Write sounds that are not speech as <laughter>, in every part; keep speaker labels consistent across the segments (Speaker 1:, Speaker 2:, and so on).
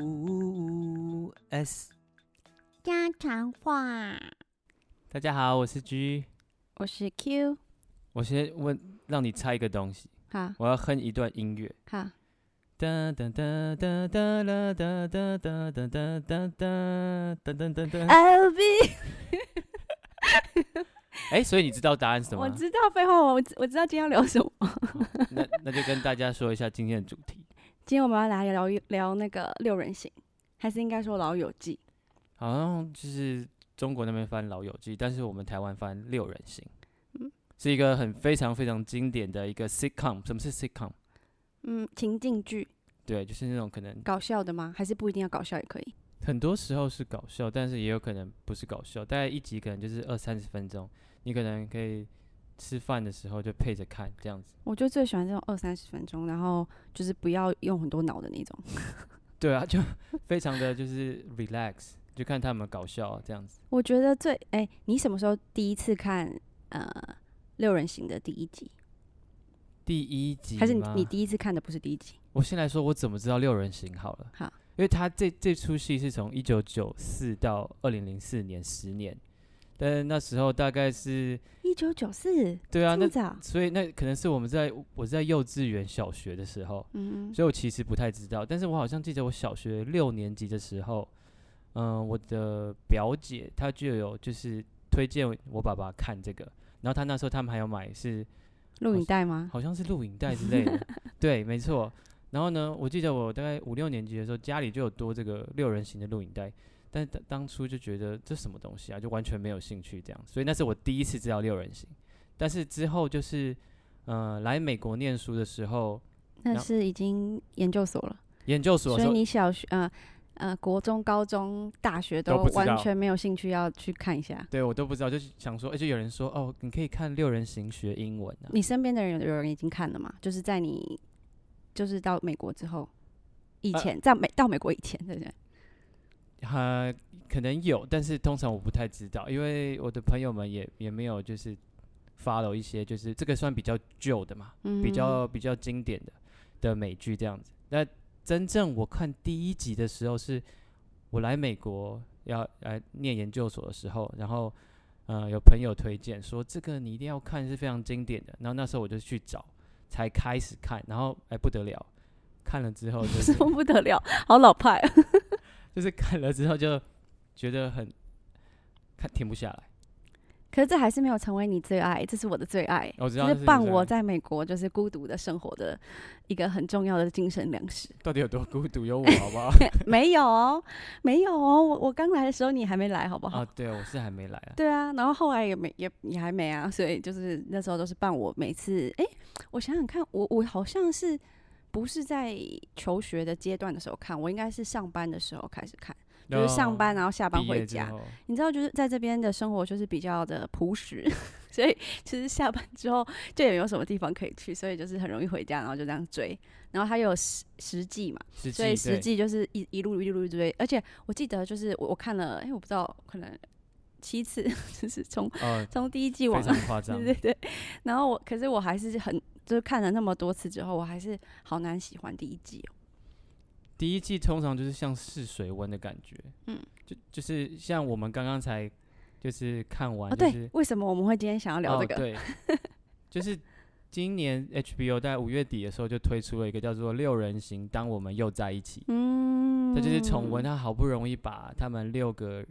Speaker 1: U S。
Speaker 2: 家常话。
Speaker 1: 大家好，我是 G，
Speaker 2: 我是 Q，
Speaker 1: 我先问，让你猜一个东西，
Speaker 2: 好
Speaker 1: 我要哼一段音乐。
Speaker 2: 好，
Speaker 1: 哒哒哒哒哒啦哒哒哒哒哒哒哒哒哒哒哒。
Speaker 2: L B，
Speaker 1: 哎，所以你知道答案是什么
Speaker 2: 我
Speaker 1: 吗？
Speaker 2: 知道废话，我知我知道今天要聊什么。 <laughs>
Speaker 1: 那那就跟大家说一下今天的主题。
Speaker 2: 今天我们要来聊一聊那个六人行，还是应该说老友记。
Speaker 1: 好像就是中国那边翻《老友记》，但是我们台湾翻《六人行》，
Speaker 2: 嗯
Speaker 1: 是一个很非常非常经典的一个 sitcom。什么是 sitcom？
Speaker 2: 嗯，情境剧，
Speaker 1: 对，就是那种可能
Speaker 2: 搞笑的吗？还是不一定要搞笑也可以？
Speaker 1: 很多时候是搞笑，但是也有可能不是搞笑。大概一集可能就是二三十分钟，你可能可以吃饭的时候就配着看这样子。
Speaker 2: 我就最喜欢这种二三十分钟，然后就是不要用很多脑的那种。
Speaker 1: <laughs> 对啊，就非常的就是 relax，就看他们搞笑这样子。
Speaker 2: 我觉得最哎、你什么时候第一次看呃六人行的第一集？
Speaker 1: 第一集
Speaker 2: 还是你
Speaker 1: 吗
Speaker 2: 你第一次看的不是第一集？
Speaker 1: 我先来说，我怎么知道六人行好了？
Speaker 2: 好
Speaker 1: 因为他这这出戏是从一九九四到二零零四年，十年，但是那时候大概是
Speaker 2: 一九九四，
Speaker 1: 对啊，
Speaker 2: 这么
Speaker 1: 那
Speaker 2: 早？
Speaker 1: 所以那可能是我们在我在幼稚园、小学的时候，
Speaker 2: 嗯，
Speaker 1: 所以我其实不太知道，但是我好像记得我小学六年级的时候，嗯、我的表姐她就有就是推荐我爸爸看这个，然后她那时候他们还有买是
Speaker 2: 录影带吗？
Speaker 1: 好像是录影带之类
Speaker 2: <laughs>
Speaker 1: 的。对，没错。然后呢，我记得我大概五六年级的时候，家里就有多这个六人行的录影带，但是当当初就觉得这什么东西啊，就完全没有兴趣这样。所以那是我第一次知道六人行。但是之后就是，呃，来美国念书的时候，
Speaker 2: 那
Speaker 1: 然后
Speaker 2: 是已经研究所了，
Speaker 1: 研究所
Speaker 2: 所
Speaker 1: 的
Speaker 2: 以
Speaker 1: 时候，
Speaker 2: 你小学呃呃国中、高中、大学
Speaker 1: 都不知道
Speaker 2: 完全没有兴趣要去看一下。
Speaker 1: 对我都不知道，就是想说，而、且有人说，哦，你可以看六人行学英文啊。
Speaker 2: 你身边的人有有人已经看了吗？就是在你就是到美国之后，以
Speaker 1: 呃
Speaker 2: 前、在美到美国以前， <laughs> 对不对？
Speaker 1: 呃，可能有，但是通常我不太知道，因为我的朋友们也也没有就是 follow 一些，就是这个算比较旧的嘛，
Speaker 2: 嗯，
Speaker 1: 比较比较经典的的美剧这样子。那真正我看第一集的时候是，我来美国要来念研究所的时候，然后呃有朋友推荐说这个你一定要看，是非常经典的。然后那时候我就去找，才开始看，然后哎不得了，看了之后就是
Speaker 2: 什么不得了，好老派、啊。
Speaker 1: <laughs> 就是看了之后就觉得很看停不下来。
Speaker 2: <laughs> 可是这还是没有成为你最爱，这是我的最爱，
Speaker 1: 我知道
Speaker 2: 这
Speaker 1: 哦这是
Speaker 2: 是
Speaker 1: 你
Speaker 2: 伴
Speaker 1: 最
Speaker 2: 我
Speaker 1: 爱
Speaker 2: 在美国就是孤独的生活的一个很重要的精神粮食。 <laughs>
Speaker 1: 到底有多孤独？有我好不好？
Speaker 2: 没有哦，没有哦，我我刚来的时候你还没来，好不好？
Speaker 1: 啊，对，我是还没来啊。
Speaker 2: 对啊，然后后来也没也也还没啊，所以就是那时候都是伴我每次，哎、我想想看，我我好像是不是在求学的阶段的时候看，我应该是上班的时候开始看，就是上班
Speaker 1: 然
Speaker 2: 然后下
Speaker 1: 后
Speaker 2: 班
Speaker 1: 哦毕
Speaker 2: 回
Speaker 1: 业之
Speaker 2: 家。
Speaker 1: 后
Speaker 2: 你知道，就是在这边的生活就是比较的朴实， <laughs> 所以其实下班之后就也没有什么地方可以去，所以就是很容易回家，然后就这样追。然后它又有实实际嘛，
Speaker 1: 实
Speaker 2: 所以
Speaker 1: 际对
Speaker 2: 实际就是一一路一路追，而且我记得就是我我看了，哎、我不知道可能七次，就是从 <laughs>
Speaker 1: 呃，
Speaker 2: 从第一季
Speaker 1: 非
Speaker 2: 往
Speaker 1: 常夸张
Speaker 2: 对。对对，然后我可是我还是很就是看了那么多次之后，我还是好难喜欢第一季哦。
Speaker 1: 第一季通常就是像试水温的感觉，
Speaker 2: 嗯，
Speaker 1: 就就是像我们刚刚才就是看完，
Speaker 2: 哦，
Speaker 1: 就
Speaker 2: 对
Speaker 1: 啊是，
Speaker 2: 为什么我们会今天想要聊这
Speaker 1: 哦、
Speaker 2: 个？
Speaker 1: 对，
Speaker 2: <laughs>
Speaker 1: 就是今年 HBO 在五月底的时候就推出了一个叫做《六人行》，当我们又在一起，
Speaker 2: 嗯，
Speaker 1: 它就是重温，它好不容易把他们六个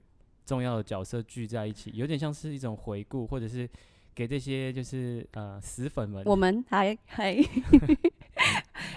Speaker 1: 重要的角色聚在一起，有点像是一种回顾，或者是给这些就是呃死粉们
Speaker 2: 我们还还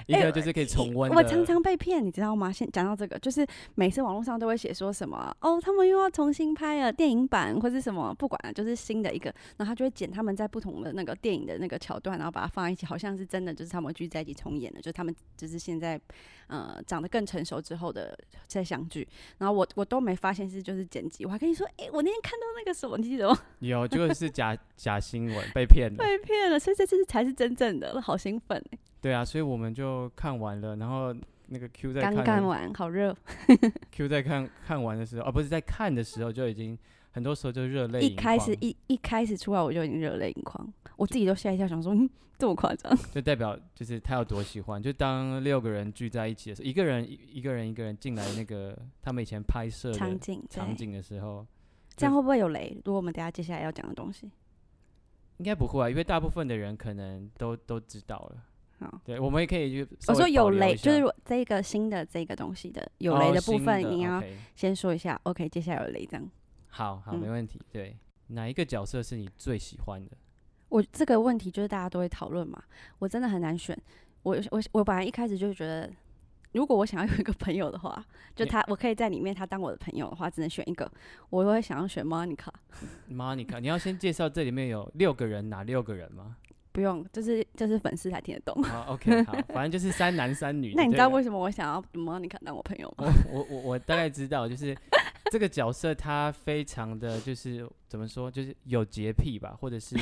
Speaker 1: 一个就是可以重温的。
Speaker 2: 我常常被骗，你知道吗？先讲到这个，就是每次网络上都会写说什么哦，他们又要重新拍了电影版或是什么，不管了，就是新的一个，然后他就会剪他们在不同的那个电影的那个桥段，然后把它放在一起，好像是真的，就是他们聚在一起重演的，就是他们就是现在呃长得更成熟之后的再相聚。然后我我都没发现是就是剪辑，我还跟你说，诶，我那天看到那个什么，你记
Speaker 1: <laughs>
Speaker 2: 得吗？
Speaker 1: 有这个是
Speaker 2: <laughs>
Speaker 1: 假假新闻被骗的，
Speaker 2: 被骗了，所以这次才是真正的，我好兴奋、
Speaker 1: 对啊，所以我们就看完了，然后那个 Q 在
Speaker 2: 刚
Speaker 1: 看
Speaker 2: 看完，好热，
Speaker 1: Q 在看看完的时候，啊，不是在看的时候就已经很多时候就热泪
Speaker 2: 一
Speaker 1: 盈
Speaker 2: 开始
Speaker 1: 眶
Speaker 2: 一一开始出来我就已经热泪盈眶，我自己都吓一跳，想说嗯这么夸张，
Speaker 1: 就代表就是他有多喜欢。就当六个人聚在一起的时候，一个人一个人一个人进来那个他们以前拍摄
Speaker 2: <laughs>
Speaker 1: 的
Speaker 2: 场景对
Speaker 1: 场景的时候，
Speaker 2: 这样会不会有雷？如果我们等一下接下来要讲的东西，
Speaker 1: 应该不会啊，因为大部分的人可能都都知道了。
Speaker 2: 好，
Speaker 1: 对，我们也可以就稍
Speaker 2: 我
Speaker 1: 微
Speaker 2: 说有
Speaker 1: 保留
Speaker 2: 雷，
Speaker 1: 一
Speaker 2: 就
Speaker 1: 下
Speaker 2: 是我这个新的这个东西的有
Speaker 1: 哦
Speaker 2: 雷的部
Speaker 1: 新
Speaker 2: 分，你要
Speaker 1: OK
Speaker 2: 先说一下。OK，接下来有雷这样。
Speaker 1: 好好
Speaker 2: 嗯
Speaker 1: 没问题。对，哪一个角色是你最喜欢的？
Speaker 2: 我这个问题就是大家都会讨论嘛，我真的很难选。我我我本来一开始就觉得，如果我想要有一个朋友的话，就
Speaker 1: 你
Speaker 2: 他我可以在里面他当我的朋友的话，只能选一个，我会想要选 Monica。
Speaker 1: Monica，你要先介绍这里面有六个人，哪六个人
Speaker 2: <laughs>
Speaker 1: 吗？
Speaker 2: 不用，就是就是粉丝才听得懂。
Speaker 1: 好，OK，好，反正就是三男三女就对了。
Speaker 2: <laughs> 那你知道为什么我想要 Monica 当我朋友吗？
Speaker 1: 我我我我大概知道，就是这个角色他非常的就是怎么说，就是有洁癖吧，或者是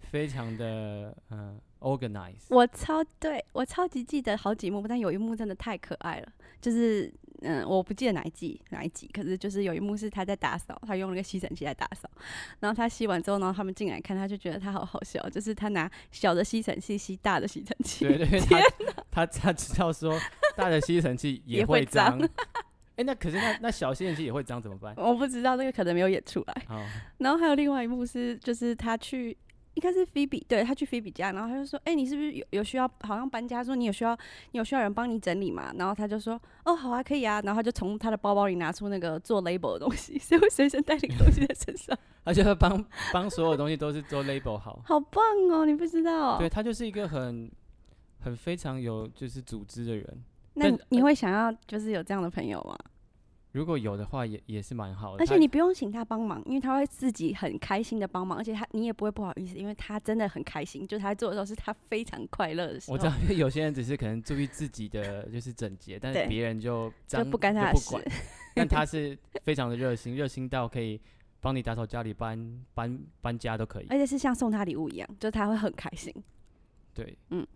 Speaker 1: 非常的嗯、呃 organize。
Speaker 2: <laughs> 我超对我超级记得好几幕，但有一幕真的太可爱了，就是嗯，我不记得哪一季哪一集，可是就是有一幕是他在打扫，他用那个吸尘器来打扫，然后他吸完之后，然后他们进来看，他就觉得他好好笑，就是他拿小的吸尘器吸大的吸尘器，
Speaker 1: 对对，因为他他他知道
Speaker 2: <laughs>
Speaker 1: 说大的吸尘器
Speaker 2: 也会
Speaker 1: 会
Speaker 2: 脏
Speaker 1: 脏。
Speaker 2: <laughs>
Speaker 1: 哎、那可是那那小吸尘器也会脏怎么办？
Speaker 2: <laughs> 我不知道那个可能没有演出来。
Speaker 1: 好，
Speaker 2: <laughs> 然后还有另外一幕是，就是他去。应该是菲比，对他去菲比家，然后他就说：“哎、你是不是有有需要？好像搬家，说你有需要，你有需要人帮你整理嘛？”然后他就说：“哦，好啊，可以啊。”然后他就从他的包包里拿出那个做 label 的东西， <laughs> 所以我随身带那个东西在身上，
Speaker 1: 而且他帮帮所有东西都是做 label 好。
Speaker 2: 好棒哦！你不知道
Speaker 1: 对，他就是一个很很非常有就是组织的人。
Speaker 2: 那你
Speaker 1: 但
Speaker 2: 你会想要就是有这样的朋友吗？
Speaker 1: 如果有的话也，也是蛮好的。
Speaker 2: 而且
Speaker 1: 他
Speaker 2: 你不用请他帮忙，因为他会自己很开心的帮忙，而且他你也不会不好意思，因为他真的很开心，就是他在做的时候是他非常快乐的时候。
Speaker 1: 我知道，因为有些人只是可能注意自己的就是整洁，但是
Speaker 2: 对
Speaker 1: 别人就脏
Speaker 2: 不干他的
Speaker 1: 不
Speaker 2: 事
Speaker 1: 管。但
Speaker 2: <laughs>
Speaker 1: 他是非常的热心，热心到可以帮你打扫家里、搬搬搬家都可以。
Speaker 2: 而且是像送他礼物一样，就是他会很开心。
Speaker 1: 对，
Speaker 2: 嗯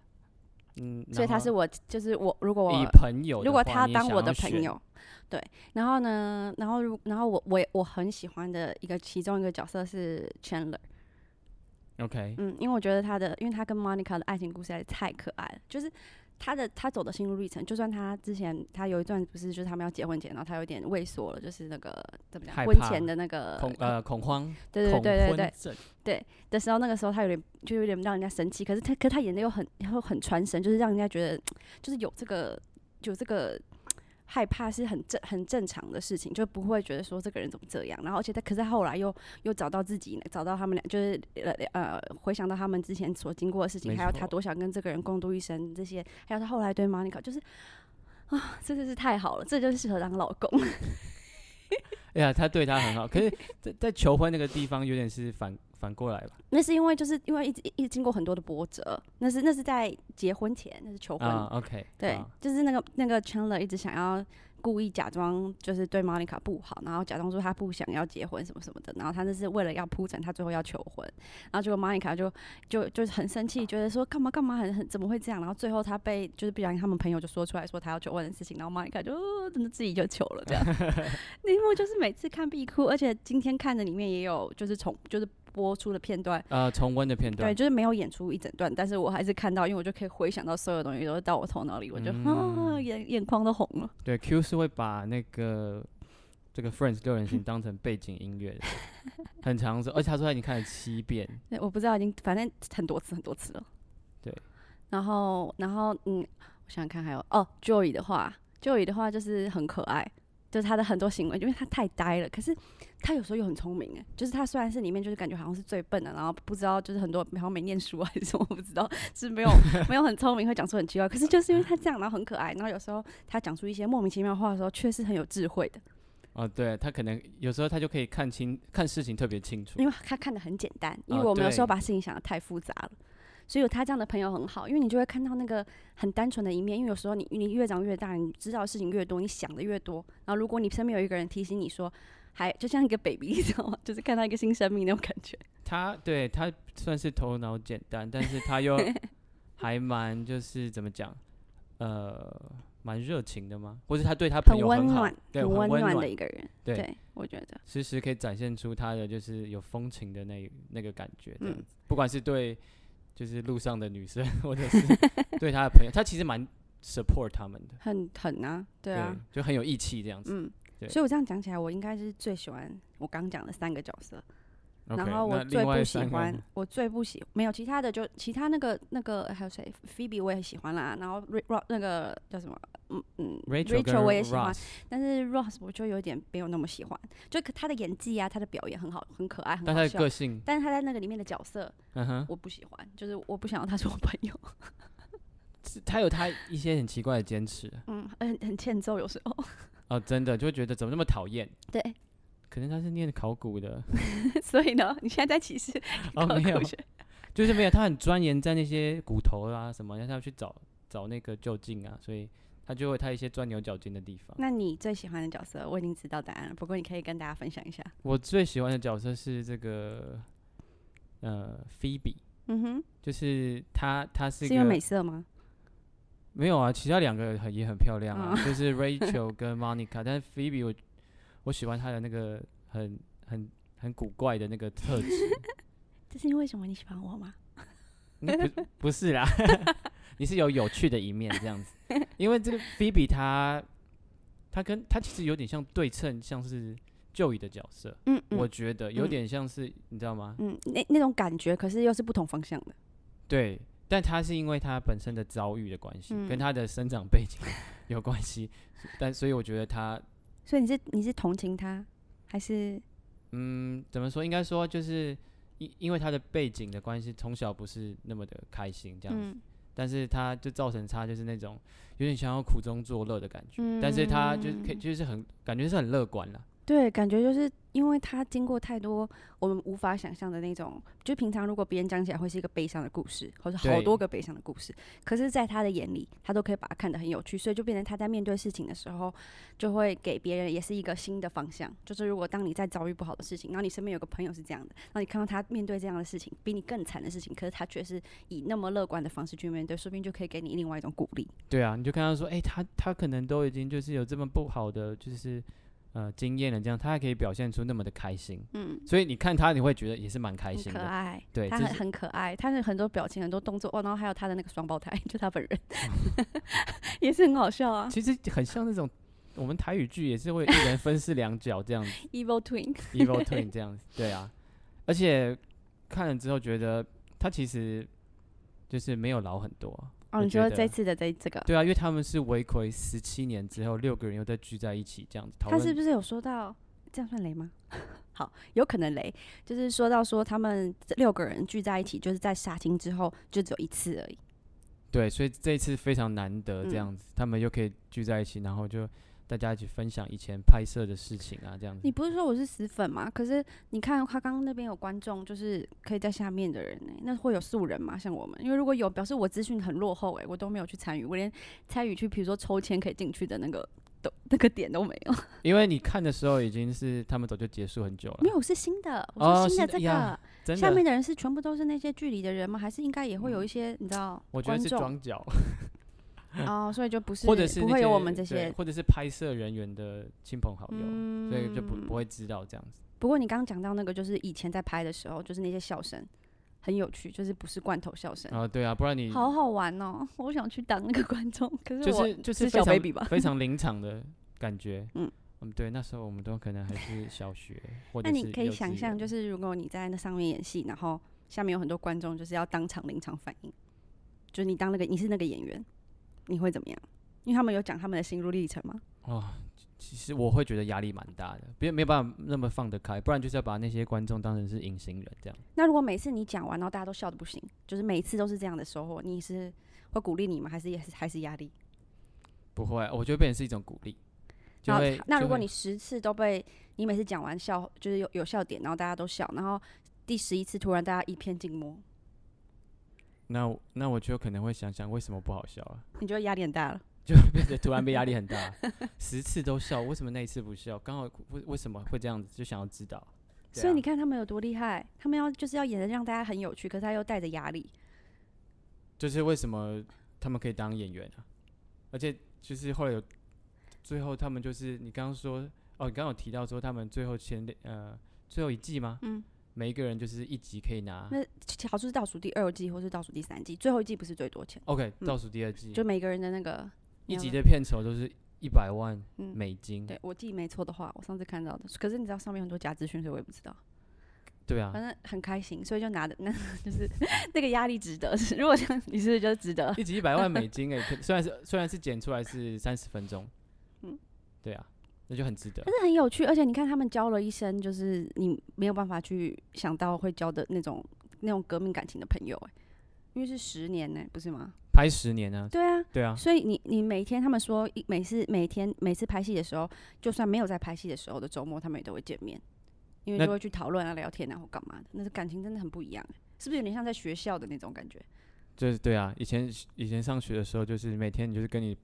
Speaker 1: 嗯，
Speaker 2: 所
Speaker 1: 然
Speaker 2: 以他
Speaker 1: 后
Speaker 2: 是我，就是我，如果
Speaker 1: 以
Speaker 2: 我
Speaker 1: 朋友的话，
Speaker 2: 如果他
Speaker 1: 你
Speaker 2: 当
Speaker 1: 想
Speaker 2: 我
Speaker 1: 要
Speaker 2: 的朋
Speaker 1: 选，
Speaker 2: 友，对，然后呢，然后如然后我我我很喜欢的一个其中一个角色是 Chandler，
Speaker 1: ，OK，
Speaker 2: 嗯，因为我觉得他的，因为他跟 Monica 的爱情故事还是太可爱了，就是他的他走的心路历程，就算他之前他有一段不是就是他们要结婚前，然后他有点畏缩了，就是那个怎么讲
Speaker 1: 害
Speaker 2: 婚
Speaker 1: 怕
Speaker 2: 前的那个
Speaker 1: 恐呃恐慌，
Speaker 2: 对对
Speaker 1: 恐
Speaker 2: 对对
Speaker 1: 婚
Speaker 2: 对
Speaker 1: 症
Speaker 2: 的时候，那个时候他有点就有点让人家生气，可是他可他演的又很又很传神，就是让人家觉得就是有这个有这个害怕是很正很正常的事情，就不会觉得说这个人怎么这样。然后而且他可是他后来又又找到自己，找到他们俩就是呃呃回想到他们之前所经过的事情，
Speaker 1: 没
Speaker 2: 还有他
Speaker 1: 错
Speaker 2: 多想跟这个人共度一生这些，还有他后来对 Monica 就是。啊，真的是太好了，这就是适合当老公。 <laughs>
Speaker 1: 哎呀，他对他很好，可是在在求婚那个地方有点是反反过来吧？
Speaker 2: 那是因为就是因为一直一直经过很多的波折，那是那是在结婚前，那是求婚
Speaker 1: 啊，OK，
Speaker 2: 对，
Speaker 1: 好
Speaker 2: 就是那个那个 Chandler 一直想要故意假装就是对 Monica 不好，然后假装说他不想要结婚什么什么的，然后他就是为了要铺陈他最后要求婚，然后结果 Monica 就就就是很生气，觉得说干嘛干嘛很很怎么会这样，然后最后他被就是不小心他们朋友就说出来说他要求婚的事情，然后 Monica 就、哦真的自己就求了这样，那一幕就是每次看必哭，而且今天看的里面也有就是重就是播出的片段，
Speaker 1: 呃，重温的片段
Speaker 2: 对，，就是没有演出一整段，但是我还是看到，因为我就可以回想到所有东西都到我头脑里，我就、
Speaker 1: 嗯
Speaker 2: 啊，眼眼眶都红了。
Speaker 1: 对，Q 是会把那个这个 Friends 六人
Speaker 2: <laughs>
Speaker 1: 行当成背景音乐的，很长时，而且他说他已经看了七遍。
Speaker 2: 对，我不知道，已经反正很多次很多次了。
Speaker 1: 对，
Speaker 2: 然后然后嗯，我想想看还有哦，Joy 的话，Joy 的话就是很可爱，就是他的很多行为，因为他太呆了，可是他有时候又很聪明哎，就是他虽然是里面就是感觉好像是最笨的，然后不知道就是很多好像没念书啊还是什么，我不知道，就是没有没有很聪明，会讲出很奇怪，可是就是因为他这样，然后很可爱，然后有时候他讲出一些莫名其妙的话的时候，却是很有智慧的，
Speaker 1: 哦，对他可能有时候他就可以看清看事情特别清楚
Speaker 2: 因。为他看得很简单，因为
Speaker 1: 啊
Speaker 2: 我们有时候
Speaker 1: 对
Speaker 2: 把事情想得太复杂了。所以有他这样的朋友很好，因为你就会看到那个很单纯的一面。因为有时候你你越长越大，你知道的事情越多，你想的越多。然后如果你身边有一个人提醒你说，还就像一个 baby，你知道吗？ <laughs> 就是看到一个新生命那种感觉。
Speaker 1: 他对他算是头脑简单，但是
Speaker 2: <laughs>
Speaker 1: 他又还蛮就是怎么讲，呃，蛮热情的吗？或者他对他朋
Speaker 2: 很
Speaker 1: 友
Speaker 2: 温
Speaker 1: 好
Speaker 2: 暖，，
Speaker 1: 对，很
Speaker 2: 温
Speaker 1: 温
Speaker 2: 暖
Speaker 1: 暖
Speaker 2: 的，一个人。
Speaker 1: 对
Speaker 2: 我觉得
Speaker 1: 时时可以展现出他的就是有风情的那那个感觉，这样
Speaker 2: 嗯
Speaker 1: 子。不管是对就是路上的女生或者
Speaker 2: <laughs>
Speaker 1: 是对他的朋友，他其实蛮 support 他们的，
Speaker 2: 很很啊，对啊，，
Speaker 1: 就很有义气这样子。
Speaker 2: 嗯，
Speaker 1: 对
Speaker 2: 所以我这样讲起来，我应该是最喜欢我刚讲的三个角色，
Speaker 1: OK，
Speaker 2: 然后我
Speaker 1: 那
Speaker 2: 最
Speaker 1: 另外
Speaker 2: 不喜
Speaker 1: 三个
Speaker 2: 欢
Speaker 1: 呢，
Speaker 2: 我最不喜没有其他的就其他那个那个还有谁，Phoebe 我也喜欢啦，然后 Ri- Ro 那个叫什么，嗯嗯
Speaker 1: Rachel 跟
Speaker 2: 我也喜欢，
Speaker 1: Ross
Speaker 2: 但是 Ross 我就有点没有那么喜欢，就可他的演技啊，他的表演很好，很可爱，很
Speaker 1: 但
Speaker 2: 好
Speaker 1: 他的
Speaker 2: 笑
Speaker 1: 个。性，
Speaker 2: 但是他在那个里面的角色，
Speaker 1: 嗯哼，
Speaker 2: 我不喜欢，就是我不想要他是我朋友， <laughs>
Speaker 1: 是他有他一些很奇怪的坚持
Speaker 2: 嗯，很很欠揍，有时候， <laughs>
Speaker 1: 哦，真的就会觉得怎么那么讨厌？
Speaker 2: 对，
Speaker 1: 可能他是念考古
Speaker 2: <laughs>
Speaker 1: 的
Speaker 2: 所以呢，你现在在歧视
Speaker 1: 哦，
Speaker 2: 考
Speaker 1: 没有
Speaker 2: 古，学
Speaker 1: 就是没有，他很钻研在那些骨头啊什么，让他去找找那个就近啊，所以他就会他一些钻牛角尖的地方。
Speaker 2: 那你最喜欢的角色，我已经知道答案了，不过你可以跟大家分享一下。
Speaker 1: 我最喜欢的角色是这个呃菲比，
Speaker 2: 嗯哼，
Speaker 1: 就是她，她是
Speaker 2: 是
Speaker 1: 一
Speaker 2: 因为
Speaker 1: 个
Speaker 2: 美色吗？
Speaker 1: 没有啊，其他两个很也很漂亮
Speaker 2: 哦
Speaker 1: 啊，就是
Speaker 2: <laughs>
Speaker 1: Rachel 跟 Monica，但是 Phoebe 我我喜欢她的那个很很很古怪的那个特质，
Speaker 2: 这是因为什么你喜欢我吗？
Speaker 1: 那
Speaker 2: <laughs>
Speaker 1: 不不是啦， <laughs> 你是有有趣的一面这
Speaker 2: <laughs>
Speaker 1: 样子，因为这个 Phoebe 她她跟她其实有点像对称，像是 Joey 的角色，
Speaker 2: 嗯
Speaker 1: 我
Speaker 2: 嗯
Speaker 1: 觉得有
Speaker 2: 嗯
Speaker 1: 点像是你知道吗？
Speaker 2: 嗯，那那种感觉，可是又是不同方向的。
Speaker 1: 对，但他是因为他本身的遭遇的关系，
Speaker 2: 嗯
Speaker 1: 跟他的生长背景有关系，但所以我觉得他，
Speaker 2: 所以你是你是同情他，还是
Speaker 1: 嗯，怎么说？应该说就是因因为他的背景的关系，从小不是那么的开心这样子，
Speaker 2: 嗯
Speaker 1: 但是他就造成他就是那种有点想要苦中作乐的感觉，但是他就是可以
Speaker 2: 嗯
Speaker 1: 就是很感觉是很乐观啦，
Speaker 2: 对，感觉就是因为他经过太多我们无法想象的那种，就平常如果别人讲起来会是一个悲伤的故事，或者好
Speaker 1: 对
Speaker 2: 多个悲伤的故事，可是在他的眼里，他都可以把它看得很有趣，所以就变成他在面对事情的时候，就会给别人也是一个新的方向。就是如果当你在遭遇不好的事情，然后你身边有个朋友是这样的，然后你看到他面对这样的事情，比你更惨的事情，可是他却是以那么乐观的方式去面对，说不定就可以给你另外一种鼓励。
Speaker 1: 对啊，你就看他说，哎、他他可能都已经就是有这么不好的就是呃经验了，这样他还可以表现出那么的开心，
Speaker 2: 嗯。
Speaker 1: 所以你看他你会觉得也是蛮开
Speaker 2: 很
Speaker 1: 心
Speaker 2: 可
Speaker 1: 的。
Speaker 2: 爱，
Speaker 1: 对
Speaker 2: 他
Speaker 1: 这
Speaker 2: 很
Speaker 1: 是
Speaker 2: 很可爱，他的很多表情、很多动作，哦，然后还有他的那个双胞胎，就他本人，
Speaker 1: 嗯
Speaker 2: <laughs> 也是很好笑啊
Speaker 1: 其实很像那种我们台语剧也是会一人分饰两角
Speaker 2: <laughs>
Speaker 1: 这样子
Speaker 2: ，Evil Twin，
Speaker 1: ，evil twin 这样子，对啊。而且看了之后觉得他其实就是没有老很多啊，
Speaker 2: 哦，
Speaker 1: 我
Speaker 2: 你
Speaker 1: 觉
Speaker 2: 说
Speaker 1: 得
Speaker 2: 这次的这这个，
Speaker 1: 对啊，因为他们是违规十七年之后六个人又再聚在一起这样子讨
Speaker 2: 他
Speaker 1: 论，
Speaker 2: 是不是有说到这样算雷吗？ <laughs> 好，有可能雷，就是说到说他们这六个人聚在一起，就是在杀青之后就只有一次而已，
Speaker 1: 对，所以这一次非常难得
Speaker 2: 嗯
Speaker 1: 这样子，他们又可以聚在一起，然后就大家一起分享以前拍摄的事情啊这样子
Speaker 2: 你。不是说我是死粉吗？可是你看他刚刚那边有观众，就是可以在下面的人呢、那会有素人吗？像我们，因为如果有，表示我资讯很落后哎、我都没有去参与，我连参与去，比如说抽签可以进去的那个都那个点都没
Speaker 1: <laughs>
Speaker 2: 有，
Speaker 1: 因为你看的时候已经是他们早就结束很久了，
Speaker 2: 没有是新的，我
Speaker 1: 哦
Speaker 2: 说新
Speaker 1: 新
Speaker 2: 的
Speaker 1: 的
Speaker 2: 这个，
Speaker 1: 呀真的嗯
Speaker 2: 下面的人是全部都是那些距离的人吗？还是应该也会有一些、你知道
Speaker 1: 我觉得
Speaker 2: 观
Speaker 1: 是
Speaker 2: 众
Speaker 1: 装脚。
Speaker 2: 哦，所以就不是
Speaker 1: 或者是
Speaker 2: 不
Speaker 1: 那
Speaker 2: 会有我
Speaker 1: 些
Speaker 2: 们这
Speaker 1: 对
Speaker 2: 些。
Speaker 1: 或者是拍摄人员的亲朋好友，
Speaker 2: 嗯
Speaker 1: 所以就不不会知道这样子。
Speaker 2: 不过你刚刚讲到那个，就是以前在拍的时候，就是那些笑声很有趣，就是不是罐头笑声。
Speaker 1: 啊，对啊，不然你
Speaker 2: 好好玩哦！我想去当那个 <laughs> 观众，可是
Speaker 1: 就
Speaker 2: 我
Speaker 1: 是就是非
Speaker 2: 小
Speaker 1: 常。
Speaker 2: baby 吧
Speaker 1: 非常临场的感觉。
Speaker 2: 嗯
Speaker 1: 嗯对，那时候我们都可能还是小学或者
Speaker 2: 那
Speaker 1: 是
Speaker 2: 你可以
Speaker 1: 幼
Speaker 2: 想
Speaker 1: 稚
Speaker 2: 象，
Speaker 1: 园
Speaker 2: 就是如果你在那上面演戏，然后下面有很多观众，就是要当场临场反应，就是你当那个你是那个演员，你会怎么样？因为他们有讲他们的心路历程嘛。
Speaker 1: 哦，其实我会觉得压力蛮大的，别没有办法那么放得开，不然就是要把那些观众当成是隐形人这样。
Speaker 2: 那如果每次你讲完，然后大家都笑的不行，就是每一次都是这样的收获，你是会鼓励你吗？还是也是还是压力？
Speaker 1: 不会，我觉得变成是一种鼓励。就
Speaker 2: 然后
Speaker 1: 会
Speaker 2: 他哦那
Speaker 1: 就
Speaker 2: 如果
Speaker 1: 会
Speaker 2: 你十次都被你每次讲完笑，就是有有笑点，然后大家都笑，然后第十一次突然大家一片静默，
Speaker 1: 那我那我就可能会想想为什么不好笑啊， <laughs>
Speaker 2: 你觉得压力很大了？
Speaker 1: 就突然被压力很大，十次都笑，为什么那一次不笑？刚好为为什么会这样子，就想要知道。对
Speaker 2: 所以
Speaker 1: 啊
Speaker 2: 你看他们有多厉害，他们要就是要演的让大家很有趣，可是他又带着压力。
Speaker 1: 就是为什么他们可以当演员啊？而且就是后来有，最后他们就是你刚刚说哦，你刚刚有提到说他们最后签的呃最后一季吗？
Speaker 2: 嗯，
Speaker 1: 每一个人就是一集可以拿
Speaker 2: 那好像是倒数第二季或是倒数第三季，最后一季不是最多钱，
Speaker 1: OK
Speaker 2: 嗯
Speaker 1: 倒数第二季，
Speaker 2: 就每个人的那个
Speaker 1: 一集
Speaker 2: 的。
Speaker 1: 的片酬就是一百万
Speaker 2: 嗯
Speaker 1: 美金，
Speaker 2: 对我记忆没错的话，我上次看到的，可是你知道上面很多假资讯，所以我也不知道。
Speaker 1: 对啊
Speaker 2: 反，正很开心，所以就拿的那 <laughs> 就是那个压力值得。 <laughs> 如果像你是不是就值得？
Speaker 1: 一集一百万美金哎、可虽然是虽然是剪出来是三十分钟，
Speaker 2: 嗯
Speaker 1: 对啊，那就很值得。
Speaker 2: 但是很有趣，而且你看他们教了一身，就是你没有办法去想到会交的那种那种革命感情的朋友、欸，因为是十年呢、不是吗？
Speaker 1: 拍十年啊，
Speaker 2: 对啊，
Speaker 1: 对啊，
Speaker 2: 所以你你每天他们说一每次每天每次拍戏的时候，就算没有在拍戏的时候的周末，他们也都会见面，因为
Speaker 1: 那
Speaker 2: 就会去讨论啊、聊天啊或干嘛的，那是感情真的很不一样、欸，是不是有点像在学校的那种感觉？
Speaker 1: 就是对啊，以前以前上学的时候，就是每天你就是跟你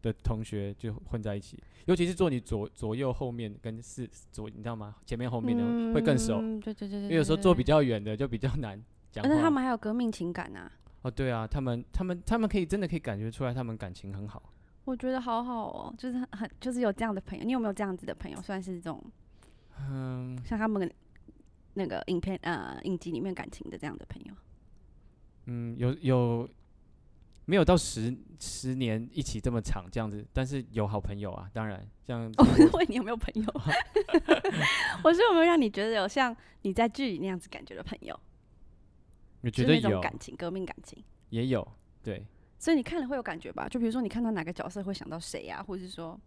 Speaker 1: 的同学就混在一起，尤其是坐你左左右后面跟四左，你知道吗？前面后面的会更熟，
Speaker 2: 嗯对对对对
Speaker 1: 因为有时候坐比
Speaker 2: 较，
Speaker 1: 较远的就比较难讲
Speaker 2: 而呃且他
Speaker 1: 话。
Speaker 2: 们还有革命情感啊，
Speaker 1: 哦，对啊，他们他们他们可以真的可以感觉出来，他们感情很好。
Speaker 2: 我觉得好好哦，就是很很就是有这样的朋友，你有没有这样子的朋友？算是这种
Speaker 1: 嗯，
Speaker 2: 像他们那个影片呃影集里面感情的这样的朋友，
Speaker 1: 嗯，有有没有到十十年一起这么长这样子？但是有好朋友啊，当然像
Speaker 2: 哦， <laughs> 我是问你有没有朋友， <laughs>
Speaker 1: <laughs>
Speaker 2: 我是有没有让你觉得有像你在剧里那样子感觉的朋友，
Speaker 1: 我
Speaker 2: 就
Speaker 1: 觉
Speaker 2: 是
Speaker 1: 得
Speaker 2: 那种
Speaker 1: 有
Speaker 2: 感情革命感情，
Speaker 1: 也有对，
Speaker 2: 所以你看了会有感觉吧？就比如说你看到哪个角色会想到谁啊，或者是说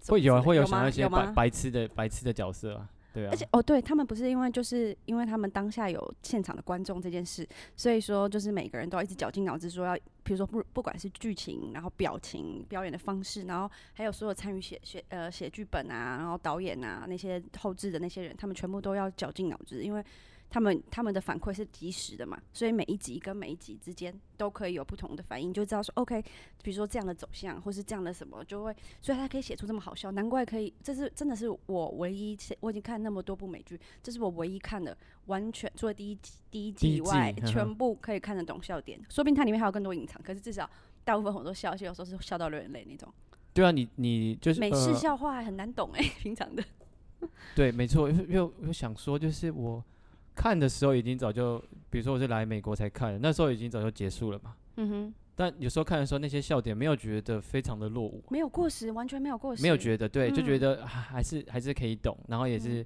Speaker 2: 什么
Speaker 1: 会有啊
Speaker 2: 之类
Speaker 1: 会
Speaker 2: 有
Speaker 1: 想
Speaker 2: 吗
Speaker 1: 到一些
Speaker 2: 有
Speaker 1: 白
Speaker 2: 吗
Speaker 1: 白痴的白痴的角色啊，对啊，
Speaker 2: 而且哦，对他们不是因为就是因为他们当下有现场的观众这件事，所以说就是每个人都要一直绞尽脑汁说要，比如说不不管是剧情，然后表情、表演的方式，然后还有所有参与写写呃写剧本啊，然后导演啊那些后置的那些人，他们全部都要绞尽脑汁，因为他们他们的反馈是及时的嘛，所以每一集跟每一集之间都可以有不同的反应，就知道说 OK，比如说这样的走向，或是这样的什么，就会，所以他可以写出这么好笑，难怪可以，这是真的是我唯一写，我已经看那么多部美剧，这是我唯一看的，完全除了第一季第一
Speaker 1: 第
Speaker 2: 季
Speaker 1: 一
Speaker 2: 以外
Speaker 1: 季，呵呵
Speaker 2: 全部可以看得懂笑点，说不定它里面还有更多隐藏，可是至少大部分我都笑，而且有时候是笑到流眼泪那种，
Speaker 1: 对啊，你你就是
Speaker 2: 美式
Speaker 1: 呃
Speaker 2: 笑话很难懂哎、 <laughs> 平常的，
Speaker 1: 对，没错，因为因为我想说，就是我看的时候已经早就，比如说我是来美国才看的，那时候已经早就结束了嘛。
Speaker 2: 嗯哼，
Speaker 1: 但有时候看的时候，那些笑点没有觉得非常的落伍，
Speaker 2: 没有过时，完全没有过时，
Speaker 1: 没有觉得对，就觉
Speaker 2: 嗯
Speaker 1: 得、啊还是还是可以懂，然后也是、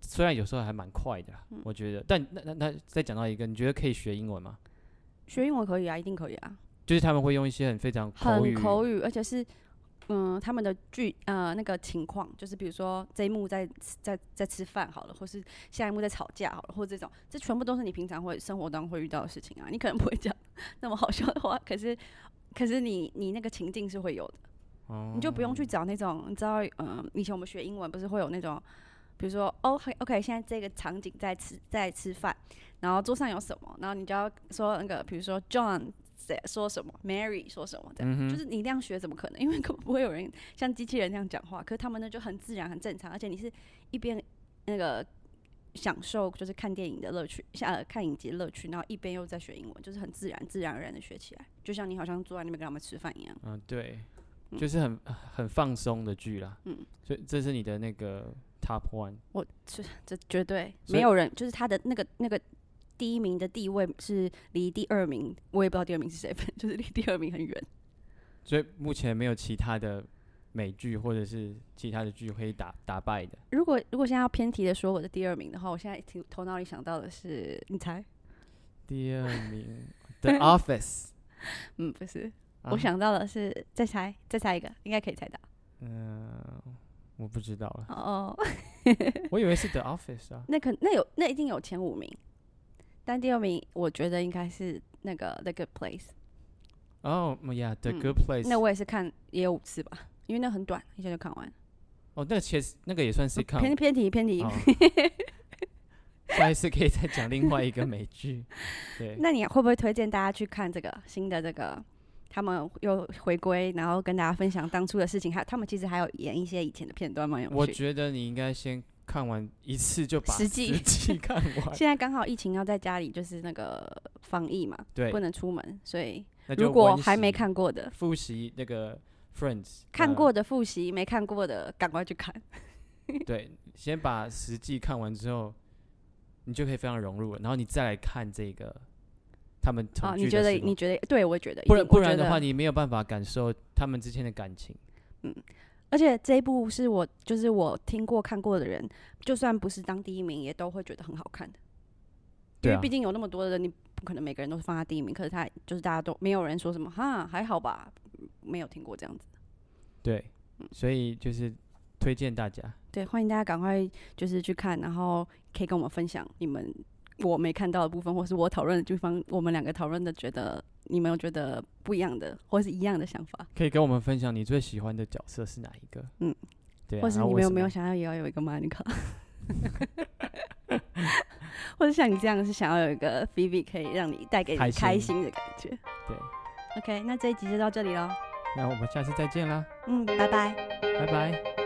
Speaker 1: 虽然有时候还蛮快的啦，
Speaker 2: 嗯
Speaker 1: 我觉得。但那那那再讲到一个，你觉得可以学英文吗？
Speaker 2: 学英文可以啊，一定可以啊，
Speaker 1: 就是他们会用一些很非常口
Speaker 2: 很
Speaker 1: 语，
Speaker 2: 口语，而且是嗯、他们的剧呃那个情况，就是比如说这一幕在在在吃饭好了，或是下一幕在吵架好了，或这种，这全部都是你平常会生活当中会遇到的事情啊。你可能不会讲那么好笑的话，可是 <laughs> 可是你你那个情境是会有的，
Speaker 1: 哦
Speaker 2: 你就不用去找那种你知道嗯、以前我们学英文不是会有那种。比如说哦，OK OK，现在这个场景在吃在吃饭，然后桌上有什么，然后你就要说那个，比如说 John 谁说什么，Mary 说什么这样。
Speaker 1: 嗯哼，
Speaker 2: 就是你那样学怎么可能？因为 <laughs> 根本不会有人像机器人那样讲话，可是他们呢就很自然、很正常，而且你是一边那个享受就是看电影的乐趣，下、呃、看影集的乐趣，然后一边又在学英文，就是很自然、自然而然的学起来，就像你好像坐在那边跟他们吃饭一样。
Speaker 1: 嗯，对，就是很很放松的剧啦。
Speaker 2: 嗯，
Speaker 1: 所以这是你的那个 top one。
Speaker 2: 我这这绝对
Speaker 1: 所以
Speaker 2: 没有人，就是他的那个那个第一名的地位是离第二名，我也不知道第二名是谁，反正就是离第二名很远。
Speaker 1: 所以目前没有其他的美剧或者是其他的剧可以打打败的。
Speaker 2: 如果如果现在要偏题的说我的第二名的话，我现在头头脑里想到的是，你猜？
Speaker 1: 第二
Speaker 2: <laughs>
Speaker 1: 名，The Office。
Speaker 2: 嗯，不是。
Speaker 1: 啊
Speaker 2: <laughs> 我，想到的是，再猜，再猜一个，应该可以猜到。
Speaker 1: 嗯、我不知道了，
Speaker 2: 哦，
Speaker 1: 我以为是 The Office 啊。
Speaker 2: 那可那有那一定有前五名，但第二名我觉得应该是那个《The Good Place》。
Speaker 1: 哦、yeah，The
Speaker 2: 嗯
Speaker 1: Good Place、
Speaker 2: 那我也是看也有五次吧，因为那很短，一下就看完。
Speaker 1: 哦，那个其实那个也算是看。
Speaker 2: 哦偏偏题偏题。
Speaker 1: 哦下一次可以再讲另外一个美剧。对，
Speaker 2: <laughs> <laughs> 那你会不会推荐大家去看这个新的这个？他们又回归，然后跟大家分享当初的事情，还有他们其实还有演一些以前的片段，蛮有
Speaker 1: 我
Speaker 2: 趣
Speaker 1: 觉
Speaker 2: 的。
Speaker 1: 得你应该先看完一次就把
Speaker 2: 十季
Speaker 1: 季看
Speaker 2: <laughs>
Speaker 1: 完。
Speaker 2: 现在刚好疫情要在家里，就是那个防疫嘛，
Speaker 1: 对
Speaker 2: 不，能出门，所以
Speaker 1: 那就
Speaker 2: 如果
Speaker 1: 温习
Speaker 2: 还没看过的，
Speaker 1: 复习那个
Speaker 2: <laughs>
Speaker 1: Friends，
Speaker 2: 看
Speaker 1: 呃
Speaker 2: 过的复习，
Speaker 1: <laughs>
Speaker 2: 没看过的赶快去看。
Speaker 1: 对，先把十季看完之后，你就可以非常融入了。然后你再来看这个他们
Speaker 2: 啊，
Speaker 1: 同居
Speaker 2: 你
Speaker 1: 的
Speaker 2: 觉得
Speaker 1: 时光
Speaker 2: 你觉得对我觉得一定，
Speaker 1: 不然不
Speaker 2: 我觉
Speaker 1: 然的
Speaker 2: 得
Speaker 1: 话，你没有办法感受他们之间的感情。
Speaker 2: 而且这一部是我就是我听过看过的人，就算不是当第一名，也都会觉得很好看的。因
Speaker 1: 对
Speaker 2: 为
Speaker 1: 啊
Speaker 2: 毕竟有那么多的人，你不可能每个人都是放在第一名，可是他就是大家都没有人说什么哈还好吧，没有听过这样子。
Speaker 1: 对，
Speaker 2: 嗯
Speaker 1: 所以就是推荐大家。
Speaker 2: 对，欢迎大家赶快就是去看，然后可以跟我们分享你们我没看到的部分，或是我讨论的地方，我们两个讨论的觉得你们有觉得不一样的，或是一样的想法，
Speaker 1: 可以跟我们分享你最喜欢的角色是哪一个？
Speaker 2: 嗯，
Speaker 1: 对、啊，
Speaker 2: 或是
Speaker 1: 然后
Speaker 2: 你
Speaker 1: 为
Speaker 2: 们有
Speaker 1: 什
Speaker 2: 没有
Speaker 1: 么
Speaker 2: 想要也要有一个 Monica，或者像你这样是想要有一个 v i v 可以让你带给
Speaker 1: 开
Speaker 2: 你
Speaker 1: 心
Speaker 2: 开心的感觉。
Speaker 1: 对，
Speaker 2: OK，那这一集就到这里喽，
Speaker 1: 那我们下次再见啦，
Speaker 2: 嗯，拜拜。
Speaker 1: 拜拜。